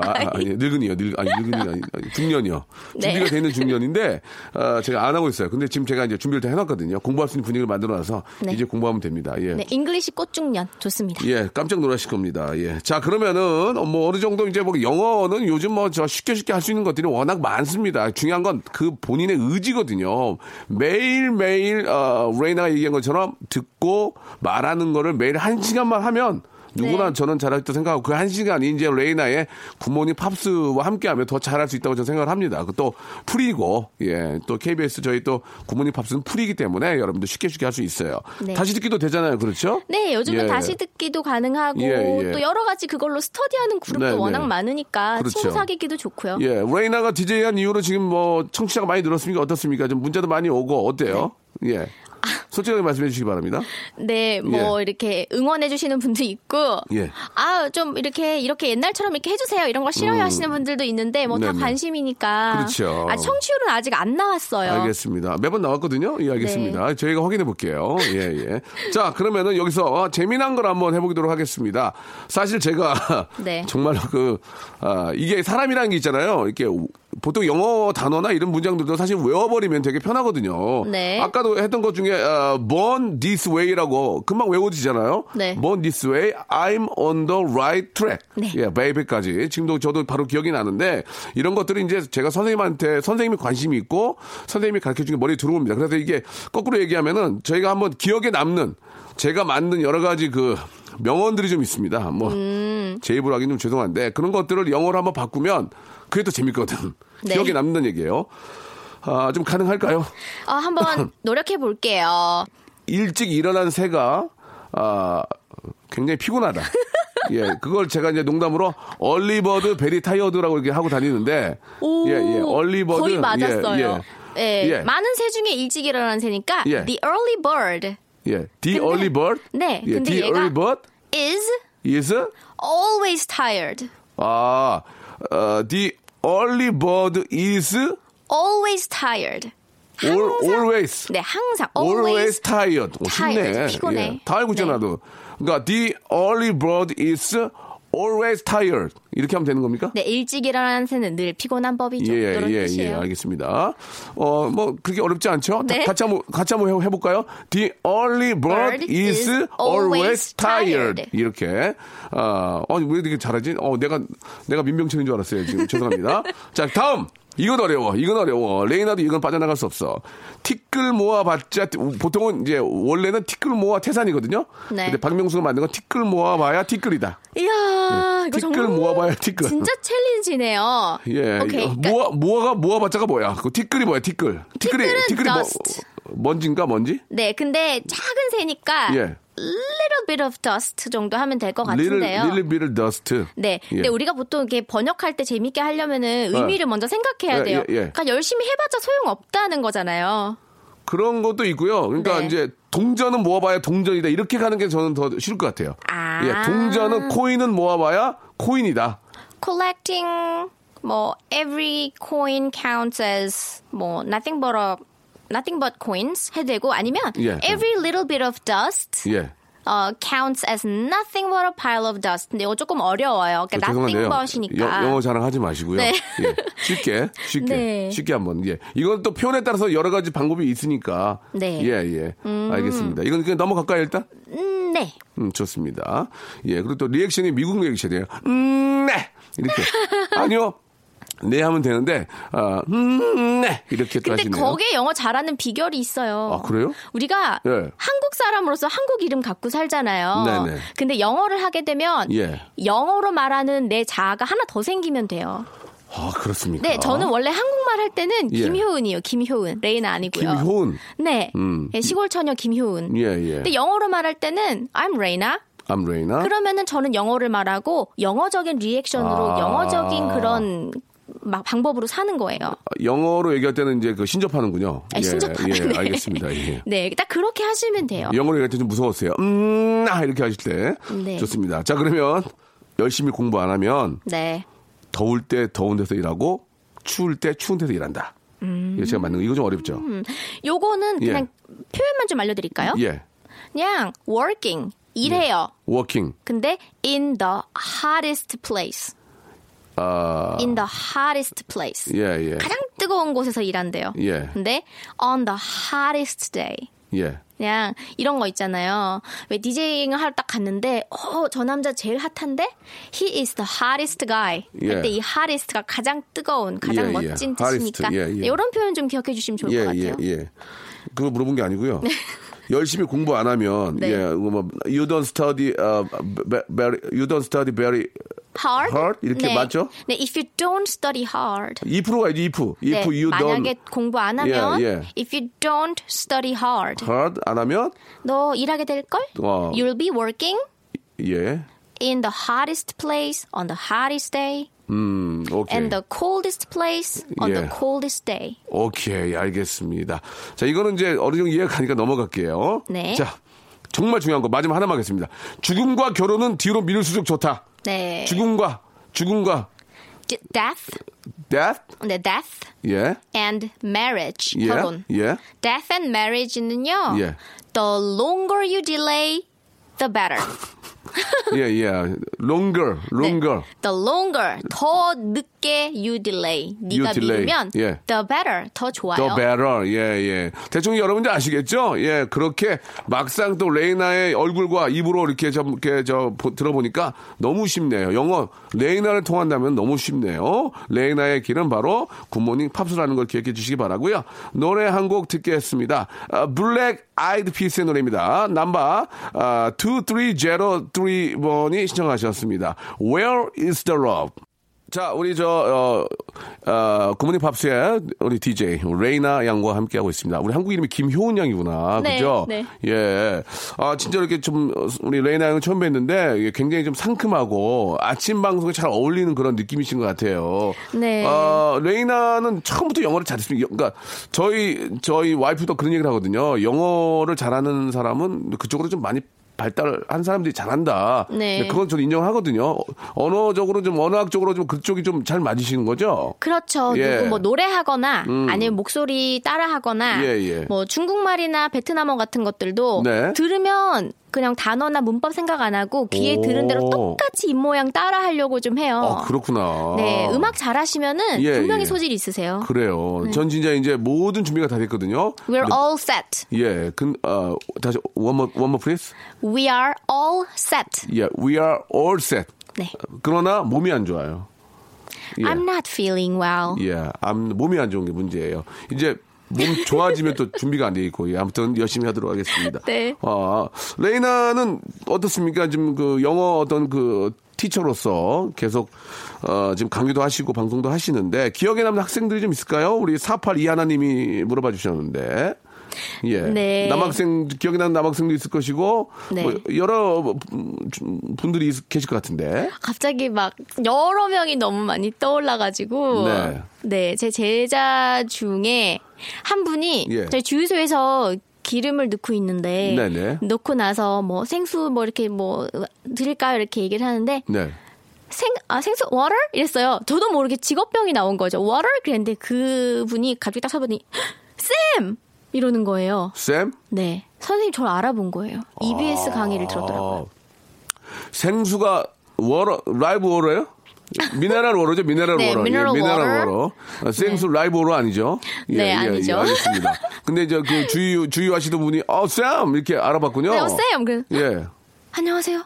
Speaker 1: 아, 아, 아니, 늙은이요, 늙, 아니, 늙은이가 아니, 아니, 중년이요.
Speaker 4: 네.
Speaker 1: 준비가 돼
Speaker 4: [LAUGHS]
Speaker 1: 있는 중년인데, 아, 제가 안 하고 있어요. 근데 지금 제가 이제 준비를 다 해놨거든요. 공부할 수 있는 분위기를 만들어놔서
Speaker 4: 네.
Speaker 1: 이제 공부하면 됩니다. 예.
Speaker 4: 네, 잉글리시 꽃중년 좋습니다.
Speaker 1: 예, 깜짝 놀라실 겁니다. 예. 자, 그러면은, 어, 뭐, 어느 정도 이제 뭐, 영어는 요즘 뭐, 저 쉽게 쉽게 할 수 있는 것들이 워낙 많습니다. 중요한 건 그 본인의 의지거든요. 매일매일, 어, 레이나가 얘기한 것처럼 듣고 말하는 거를 매일 한 시간만 하면, 누구나
Speaker 4: 네.
Speaker 1: 저는 잘할 때 생각하고 그 한 시간이 이제 레이나의 굿모닝 팝스와 함께하면 더 잘할 수 있다고 저는 생각을 합니다. 그 또 풀이고 예또 KBS 저희 또 굿모닝 팝스는 풀이기 때문에 여러분들 쉽게 쉽게 할 수 있어요.
Speaker 4: 네.
Speaker 1: 다시 듣기도 되잖아요, 그렇죠?
Speaker 4: 네, 요즘은
Speaker 1: 예.
Speaker 4: 다시 듣기도 가능하고
Speaker 1: 예, 예.
Speaker 4: 또 여러 가지 그걸로 스터디하는 그룹도
Speaker 1: 네, 네.
Speaker 4: 워낙 많으니까
Speaker 1: 그렇죠.
Speaker 4: 친구 사귀기도 좋고요.
Speaker 1: 예, 레이나가 DJ한 이후로 지금 뭐 청취자가 많이 늘었으니까 어떻습니까? 좀 문자도 많이 오고 어때요? 예. 솔직하게 말씀해 주시기 바랍니다.
Speaker 4: 네, 뭐
Speaker 1: 예.
Speaker 4: 이렇게 응원해 주시는 분도 있고,
Speaker 1: 예.
Speaker 4: 아 좀 이렇게 이렇게 옛날처럼 이렇게 해주세요 이런 거 싫어하시는 분들도 있는데 뭐 다
Speaker 1: 음. 네네.
Speaker 4: 관심이니까.
Speaker 1: 그렇죠.
Speaker 4: 아 청취율은 아직 안 나왔어요. 네.
Speaker 1: 알겠습니다. 매번 나왔거든요. 예, 알겠습니다. 저희가 확인해 볼게요. 예, 예. 자, 그러면은 여기서 어, 재미난 걸 한번 해보도록 하겠습니다. 사실 제가
Speaker 4: [LAUGHS] 네.
Speaker 1: 정말 그, 아, 이게 사람이라는 게 있잖아요. 이렇게 보통 영어 단어나 이런 문장들도 사실 외워버리면 되게 편하거든요.
Speaker 4: 네.
Speaker 1: 아까도 했던 것 중에 아, born this way라고 금방 외워지잖아요.
Speaker 4: 네.
Speaker 1: born this way, I'm on the right track.
Speaker 4: 네.
Speaker 1: 예, 베이비까지. 지금도 저도 바로 기억이 나는데 이런 것들은 이제 제가 선생님한테 선생님이 관심이 있고 선생님이 가르쳐 주는 게 머리에 들어옵니다. 그래서 이게 거꾸로 얘기하면은 저희가 한번 기억에 남는 제가 만든 여러 가지 그 명언들이 좀 있습니다. 뭐
Speaker 4: 음.
Speaker 1: 제 입으로 하긴 좀 죄송한데 그런 것들을 영어로 한번 바꾸면 그게 또 재밌거든.
Speaker 4: 네.
Speaker 1: 기억에 남는 얘기예요. 아, 좀 가능할까요?
Speaker 4: 어,
Speaker 1: [LAUGHS]
Speaker 4: 한번 노력해 볼게요.
Speaker 1: 일찍 일어난 새가 아 굉장히 피곤하다.
Speaker 4: [LAUGHS]
Speaker 1: 예, 그걸 제가 이제 농담으로 얼리버드 베리 타이어드라고 이렇게 하고 다니는데
Speaker 4: 오,
Speaker 1: 예, 예, 얼리버드
Speaker 4: 거의 맞았어요.
Speaker 1: 예,
Speaker 4: 예,
Speaker 1: 예.
Speaker 4: 많은 새 중에 일찍 일어난 새니까
Speaker 1: 예.
Speaker 4: the early bird
Speaker 1: 예, 예. The
Speaker 4: 근데-
Speaker 1: early bird.
Speaker 4: 네,
Speaker 1: 예,
Speaker 4: 근데
Speaker 1: the
Speaker 4: 얘가-
Speaker 1: early bird
Speaker 4: is
Speaker 1: is
Speaker 4: always tired.
Speaker 1: 아, 어, the early bird is
Speaker 4: always tired.
Speaker 1: all,
Speaker 4: 항상-
Speaker 1: always
Speaker 4: 네, 항상
Speaker 1: always
Speaker 4: always,
Speaker 1: tired. 오, 쉽네.
Speaker 4: tired. 피곤해.
Speaker 1: 예, 다 알고 있잖아,
Speaker 4: 네.
Speaker 1: 도 그러니까 the early bird is always tired. 이렇게 하면 되는 겁니까?
Speaker 4: 네, 일찍 일어난 새는 늘 피곤한 법이죠.
Speaker 1: 예,
Speaker 4: 이런
Speaker 1: 예, 예,
Speaker 4: 뜻이에요.
Speaker 1: 알겠습니다. 어, 뭐, 그렇게 어렵지 않죠?
Speaker 4: 네.
Speaker 1: 다- 같이 한번, 같이 한번 해- 해볼까요? The early bird,
Speaker 4: Bird
Speaker 1: is,
Speaker 4: is
Speaker 1: always
Speaker 4: always
Speaker 1: tired.
Speaker 4: tired.
Speaker 1: 이렇게. 아, 아니, 왜 이렇게 잘하지? 어, 내가, 내가 민병철인 줄 알았어요. 지금
Speaker 4: [LAUGHS]
Speaker 1: 죄송합니다. 자, 다음! 이건 어려워. 이건 어려워. 레이나도 이건 빠져나갈 수 없어. 티끌 모아봤자 보통은 이제 원래는 티끌 모아 태산이거든요.
Speaker 4: 네.
Speaker 1: 근데 박명수가 만든 건 티끌 모아봐야 티끌이다.
Speaker 4: 이야,
Speaker 1: 예.
Speaker 4: 이거
Speaker 1: 티끌
Speaker 4: 정말
Speaker 1: 모아봐야 티끌.
Speaker 4: 진짜 챌린지네요.
Speaker 1: 예.
Speaker 4: 오케이.
Speaker 1: 이거
Speaker 4: 그러니까
Speaker 1: 모아 모아가 모아봤자가 뭐야? 그 티끌이 뭐야? 티끌. 티끌이
Speaker 4: 티끌은
Speaker 1: 티끌이 뭐
Speaker 4: dust.
Speaker 1: 먼지인가 먼지?
Speaker 4: 네, 근데 작은 새니까
Speaker 1: 예.
Speaker 4: little bit of dust 정도 하면 될 것 같은데요.
Speaker 1: little, little bit of dust.
Speaker 4: 네. 근데
Speaker 1: 예.
Speaker 4: 우리가 보통 이렇게 번역할 때 재밌게 하려면은 의미를 먼저
Speaker 1: 예,
Speaker 4: 생각해야 돼요.
Speaker 1: 예, 예.
Speaker 4: 그러니까 열심히 해봤자 소용 없다는 거잖아요.
Speaker 1: 그런 것도 있고요. 그러니까
Speaker 4: 네.
Speaker 1: 이제 동전은 모아봐야 동전이다. 이렇게 가는 게 저는 더 쉬울 것 같아요.
Speaker 4: 아.
Speaker 1: 예, 동전은 코인은 모아봐야 코인이다.
Speaker 4: collecting 뭐 every coin counts as 뭐 nothing but a nothing but coins 해도 되고 아니면
Speaker 1: 예.
Speaker 4: every little bit of dust
Speaker 1: 예.
Speaker 4: 어, counts as nothing but a pile of dust. 근데 이거 조금 어려워요. 그러니까 nothing but이니까.
Speaker 1: 영- 영어 자랑하지 마시고요.
Speaker 4: 네.
Speaker 1: 예, 쉽게, 쉽게,
Speaker 4: 네.
Speaker 1: 쉽게 한번. 예. 이건 또 표현에 따라서 여러 가지 방법이 있으니까.
Speaker 4: 네.
Speaker 1: 예, 예. 알겠습니다. 이건 그냥 넘어갈까요, 일단?
Speaker 4: 음, 네.
Speaker 1: 음, 좋습니다. 예, 그리고 또 리액션이 미국 리액션이에요. 음, 네!
Speaker 4: [LAUGHS]
Speaker 1: 이렇게. 아니요. 네 하면 되는데, 아, 음, 네! 이렇게 또
Speaker 4: 근데
Speaker 1: 하시네요.
Speaker 4: 거기에 영어 잘하는 비결이 있어요.
Speaker 1: 아, 그래요?
Speaker 4: 우리가
Speaker 1: 예.
Speaker 4: 한국 사람으로서 한국 이름 갖고 살잖아요.
Speaker 1: 네네.
Speaker 4: 근데 영어를 하게 되면
Speaker 1: 예.
Speaker 4: 영어로 말하는 내 자아가 하나 더 생기면 돼요.
Speaker 1: 아, 그렇습니까?
Speaker 4: 네, 저는 원래 한국말 할 때는
Speaker 1: 예.
Speaker 4: 김효은이에요. 김효은. 레이나 아니고요.
Speaker 1: 김효은.
Speaker 4: 네.
Speaker 1: 음.
Speaker 4: 예, 시골 처녀 김효은.
Speaker 1: 예, 아? 예.
Speaker 4: 근데 영어로 말할 때는 I'm Reina.
Speaker 1: 암레이나.
Speaker 4: 그러면은 저는 영어를 말하고 영어적인 리액션으로
Speaker 1: 아.
Speaker 4: 영어적인 그런 막 방법으로 사는 거예요.
Speaker 1: 아, 영어로 얘기할 때는 이제 그 신접하는군요.
Speaker 4: 아, 신접하네.
Speaker 1: 예,
Speaker 4: [LAUGHS]
Speaker 1: 예, 알겠습니다. 예.
Speaker 4: 네, 딱 그렇게 하시면 돼요.
Speaker 1: 영어로 얘기할 때 좀 무서웠어요. 음, 아, 이렇게 하실 때.
Speaker 4: 네.
Speaker 1: 좋습니다. 자, 그러면 열심히 공부 안 하면
Speaker 4: 네.
Speaker 1: 더울 때 더운 데서 일하고 추울 때 추운 데서 일한다. 이거
Speaker 4: 음.
Speaker 1: 제가 만든 거 이거 좀 어렵죠.
Speaker 4: 요거는
Speaker 1: 예.
Speaker 4: 그냥 표현만 좀 알려드릴까요?
Speaker 1: 예.
Speaker 4: 그냥 working 일해요.
Speaker 1: 워킹.
Speaker 4: 근데 in the hottest place,
Speaker 1: 아,
Speaker 4: in the hottest place.
Speaker 1: 예, 예.
Speaker 4: 가장 뜨거운 곳에서 일한대요.
Speaker 1: 예.
Speaker 4: 근데 on the hottest day.
Speaker 1: 예.
Speaker 4: 그냥 이런 거 있잖아요. 왜 디제잉을 하러 딱 갔는데 어, 저 남자 제일 핫한데? He is the hottest guy.
Speaker 1: 예.
Speaker 4: 그때 이 hottest가 가장 뜨거운, 가장
Speaker 1: 예, 예.
Speaker 4: 멋진
Speaker 1: hottest,
Speaker 4: 뜻이니까
Speaker 1: 예, 예.
Speaker 4: 이런 표현 좀 기억해 주시면 좋을 것
Speaker 1: 예,
Speaker 4: 같아요.
Speaker 1: 예, 예. 그거 물어본 게 아니고요. [LAUGHS] 열심히 공부 안 하면
Speaker 4: 네.
Speaker 1: 예, 그거 뭐 you don't study uh, very you don't study very
Speaker 4: Hard?
Speaker 1: hard? 이렇게 맞죠?
Speaker 4: 네, if you don't study hard.
Speaker 1: 2%가 이제 2%. if
Speaker 4: 네,
Speaker 1: you
Speaker 4: 만약에
Speaker 1: don't
Speaker 4: 공부 안 하면
Speaker 1: 예, 예.
Speaker 4: if you don't study hard
Speaker 1: hard 안 하면
Speaker 4: 너 일하게 될 걸?
Speaker 1: 와.
Speaker 4: You'll be working
Speaker 1: 예.
Speaker 4: in the hottest place on the hottest day
Speaker 1: 음, 오케이.
Speaker 4: and the coldest place on
Speaker 1: 예.
Speaker 4: the coldest day.
Speaker 1: 오케이, 알겠습니다. 자, 이거는 이제 어느 정도 이해가 가니까 넘어갈게요.
Speaker 4: 네.
Speaker 1: 자, 정말 중요한 거 마지막 하나만 하겠습니다. 죽음과 결혼은 뒤로 미룰수록 좋다.
Speaker 4: 네.
Speaker 1: 죽음과 죽음과
Speaker 4: D- death,
Speaker 1: death
Speaker 4: 네, death
Speaker 1: 예.
Speaker 4: and marriage.
Speaker 1: 예.
Speaker 4: 결혼.
Speaker 1: 예.
Speaker 4: Death and marriage는요.
Speaker 1: 예.
Speaker 4: The longer you delay, the better.
Speaker 1: 예, 예. longer,
Speaker 4: 네.
Speaker 1: longer.
Speaker 4: The longer 더 늦게 you delay 네가
Speaker 1: You delay.
Speaker 4: 미루면
Speaker 1: 예.
Speaker 4: the better 더 좋아요.
Speaker 1: The better. 예, 예. 대충 여러분들 아시겠죠? 예, 그렇게 막상 또 레이나의 얼굴과 입으로 이렇게 좀, 이렇게 저, 보- 들어보니까 너무 쉽네요. 영어, 레이나를 통한다면 너무 쉽네요. 레이나의 길은 바로 굿모닝 팝스라는 걸 기억해 주시기 바라고요 노래 한 곡 듣겠습니다. 아, 블랙 아이드 피스의 노래입니다. 넘버 아, 23031번이 신청하셨습니다. Where is the love? 자, 우리 저, 어, 어, 구모님 밥수의 우리 DJ, 레이나 양과 함께하고 있습니다. 우리 한국 이름이 김효은 양이구나.
Speaker 4: 네,
Speaker 1: 그죠?
Speaker 4: 네.
Speaker 1: 예. 아, 진짜 이렇게 좀, 어, 우리 레이나 양을 처음 뵀는데 예, 굉장히 좀 상큼하고 아침 방송에 잘 어울리는 그런 느낌이신 것 같아요.
Speaker 4: 네.
Speaker 1: 어, 레이나는 처음부터 영어를 잘했습니다. 여- 그러니까 저희, 저희 와이프도 그런 얘기를 하거든요. 영어를 잘하는 사람은 그쪽으로 좀 많이 발달한 사람들이 잘한다.
Speaker 4: 네.
Speaker 1: 근데 그건 저는 인정하거든요. 어, 언어적으로 좀 언어학적으로 좀 그쪽이 좀 잘 맞으시는 거죠?
Speaker 4: 그렇죠.
Speaker 1: 예. 음.
Speaker 4: 누구 뭐 노래하거나 아니면 목소리 따라하거나
Speaker 1: 예, 예.
Speaker 4: 뭐 중국말이나 베트남어 같은 것들도
Speaker 1: 네.
Speaker 4: 들으면 그냥 단어나 문법 생각 안 하고 귀에
Speaker 1: 오.
Speaker 4: 들은 대로 똑같이 입 모양 따라하려고 좀 해요.
Speaker 1: 아, 그렇구나.
Speaker 4: 어. 네, 음악 잘하시면은
Speaker 1: 예,
Speaker 4: 분명히
Speaker 1: 예.
Speaker 4: 소질이 있으세요.
Speaker 1: 그래요. 전 진짜 이제 모든 준비가 다 됐거든요.
Speaker 4: We're
Speaker 1: 근데-
Speaker 4: all set.
Speaker 1: 예, 근, 어, 다시, one more, one more please.
Speaker 4: We are all set.
Speaker 1: 예, we are all set.
Speaker 4: 네.
Speaker 1: 그러나 몸이 안 좋아요. 예.
Speaker 4: I'm not feeling well.
Speaker 1: 예, 암, 몸이 안 좋은 게 문제예요. 이제 몸 좋아지면 또 준비가 안 돼 있고, 예, 아무튼 열심히 하도록 하겠습니다.
Speaker 4: 네.
Speaker 1: 아, 레이나는 어떻습니까? 지금 그 영어 어떤 그 티처로서 계속 어, 지금 강의도 하시고 방송도 하시는데 기억에 남는 학생들이 좀 있을까요? 우리 482 하나님이 물어봐 주셨는데. 예.
Speaker 4: 네.
Speaker 1: 남학생 기억이 나는 남학생도 있을 것이고
Speaker 4: 네.
Speaker 1: 뭐 여러 음, 좀 분들이 있- 계실 것 같은데.
Speaker 4: 갑자기 막 여러 명이 너무 많이 떠올라가지고
Speaker 1: 네.
Speaker 4: 네, 제 제자 중에 한 분이
Speaker 1: 예.
Speaker 4: 저희 주유소에서 기름을 넣고 있는데
Speaker 1: 네네.
Speaker 4: 넣고 나서 뭐 생수 뭐 이렇게 뭐 드릴까요 이렇게 얘기를 하는데
Speaker 1: 네.
Speaker 4: 생, 아, 생수, water? 이랬어요. 저도 모르게 직업병이 나온 거죠. water? 그랬는데 그분이 갑자기 딱 쳐보니, 쌤! 이러는 거예요.
Speaker 1: 쌤.
Speaker 4: 네. 선생님 저를 알아본 거예요. EBS 강의를 들었더라고요.
Speaker 1: 생수가 워러 라이브 워러예요? 미네랄 워러죠, 미네랄
Speaker 4: 네,
Speaker 1: 워러. 예,
Speaker 4: 미네랄
Speaker 1: 미네랄
Speaker 4: 워러.
Speaker 1: 워러. 아, 생수 라이브 워러 아니죠? 예,
Speaker 4: 네, 아니죠.
Speaker 1: 알겠습니다. 근데 이제 그 주유 주유하시던 분이 어쌤 이렇게 알아봤군요.
Speaker 4: 네, 어, 쌤! 그래
Speaker 1: 예.
Speaker 4: 안녕하세요.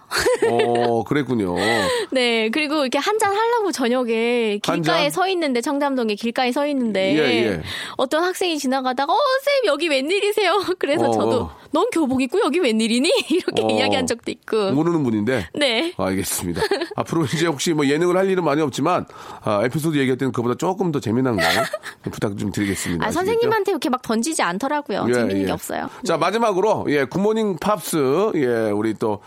Speaker 1: 어, 그랬군요.
Speaker 4: [LAUGHS] 네. 그리고 이렇게 한 잔 하려고 저녁에
Speaker 1: 한
Speaker 4: 길가에
Speaker 1: 잔?
Speaker 4: 서 있는데, 청담동에 길가에 서 있는데,
Speaker 1: 예, 예.
Speaker 4: 어떤 학생이 지나가다가, 어, 쌤, 여기 웬일이세요? [LAUGHS] 그래서
Speaker 1: 어,
Speaker 4: 저도,
Speaker 1: 어.
Speaker 4: 넌 교복 입고 여기 웬일이니? [LAUGHS] 이렇게
Speaker 1: 어.
Speaker 4: 이야기한 적도 있고.
Speaker 1: 모르는 분인데. 아,
Speaker 4: 네.
Speaker 1: 알겠습니다. 앞으로 이제 혹시 뭐 예능을 할 일은 많이 없지만 아, 에피소드 얘기할 때는 그보다 조금 더
Speaker 4: [LAUGHS]
Speaker 1: 재미난 거 부탁 좀 드리겠습니다.
Speaker 4: 아,
Speaker 1: 아시겠죠?
Speaker 4: 선생님한테 이렇게 막 던지지 않더라고요.
Speaker 1: 예,
Speaker 4: 재밌는
Speaker 1: 예.
Speaker 4: 게 없어요. 네.
Speaker 1: 자 마지막으로 예 굿모닝 팝스 예 우리 또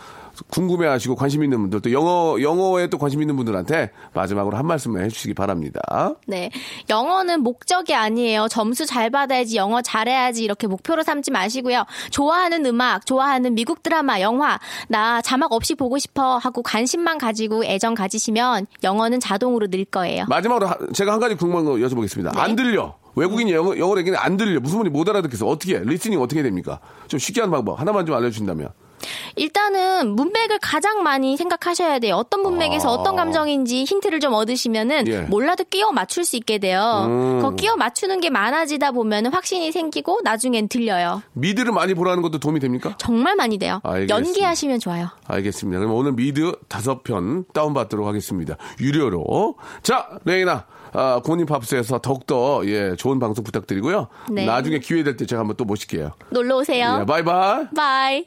Speaker 1: 궁금해하시고 관심 있는 분들 또 영어 영어에 또 관심 있는 분들한테 마지막으로 한 말씀만 해주시기 바랍니다.
Speaker 4: 네. 영어는 목적이 아니에요. 점수 잘 받아야지, 영어 잘해야지, 이렇게 목표로 삼지 마시고요. 좋아하는 음악, 좋아하는 미국 드라마, 영화, 나 자막 없이 보고 싶어 하고 관심만 가지고 애정 가지시면 영어는 자동으로 늘 거예요.
Speaker 1: 마지막으로 하- 제가 한 가지 궁금한 거 여쭤보겠습니다.
Speaker 4: 네.
Speaker 1: 안 들려. 외국인이 영어, 영어를 얘기는 안 들려. 무슨 분이 못 알아듣겠어. 어떻게, 해? 리스닝 어떻게 해야 됩니까? 좀 쉽게 하는 방법. 하나만 좀 알려주신다면.
Speaker 4: 일단은 문맥을 가장 많이 생각하셔야 돼요. 어떤 문맥에서
Speaker 1: 아.
Speaker 4: 어떤 감정인지 힌트를 좀 얻으시면은
Speaker 1: 예. 음.
Speaker 4: 몰라도 끼워 맞출 수 있게 돼요. 그 끼워 맞추는 게 많아지다 보면 확신이 생기고 나중엔 들려요.
Speaker 1: 미드를 많이 보라는 것도 도움이 됩니까?
Speaker 4: 정말 많이 돼요.
Speaker 1: 알겠습니다.
Speaker 4: 연기하시면 좋아요.
Speaker 1: 알겠습니다. 그럼 오늘 미드 다섯 편 다운받도록 하겠습니다. 유료로. 자, 레이나. 아, 고님 팝스에서 더욱더, 예, 좋은 방송 부탁드리고요.
Speaker 4: 네.
Speaker 1: 나중에 기회 될 때 제가 한번 또 모실게요.
Speaker 4: 놀러 오세요.
Speaker 1: 예, 바이바이.
Speaker 4: 바이.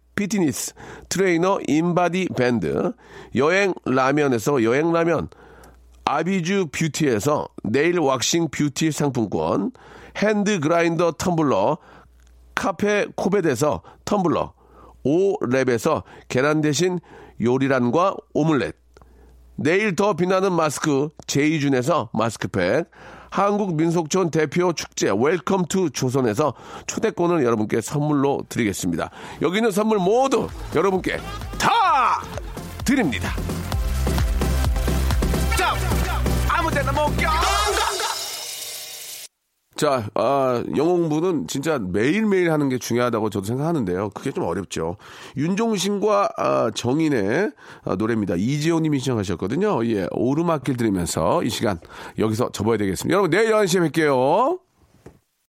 Speaker 1: 피트니스, 트레이너 인바디 밴드, 여행 라면에서 여행 라면, 아비주 뷰티에서 네일 왁싱 뷰티 상품권, 핸드 그라인더 텀블러, 카페 코베에서 텀블러, 오랩에서 계란 대신 요리란과 오믈렛, 내일 더 빛나는 마스크 제이준에서 마스크팩, 한국 민속촌 대표 축제 웰컴 투 조선에서 초대권을 여러분께 선물로 드리겠습니다. 여기 있는 선물 모두 여러분께 다 드립니다. 자, 아무데나 못 껴. 자, 아, 영어 공부는 진짜 매일매일 하는 게 중요하다고 저도 생각하는데요. 그게 좀 어렵죠. 윤종신과 아, 정인의 아, 노래입니다. 이지호 님이 신청하셨거든요. 예, 오르막길 들으면서 이 시간 여기서 접어야 되겠습니다. 여러분, 내일 11시에 뵐게요.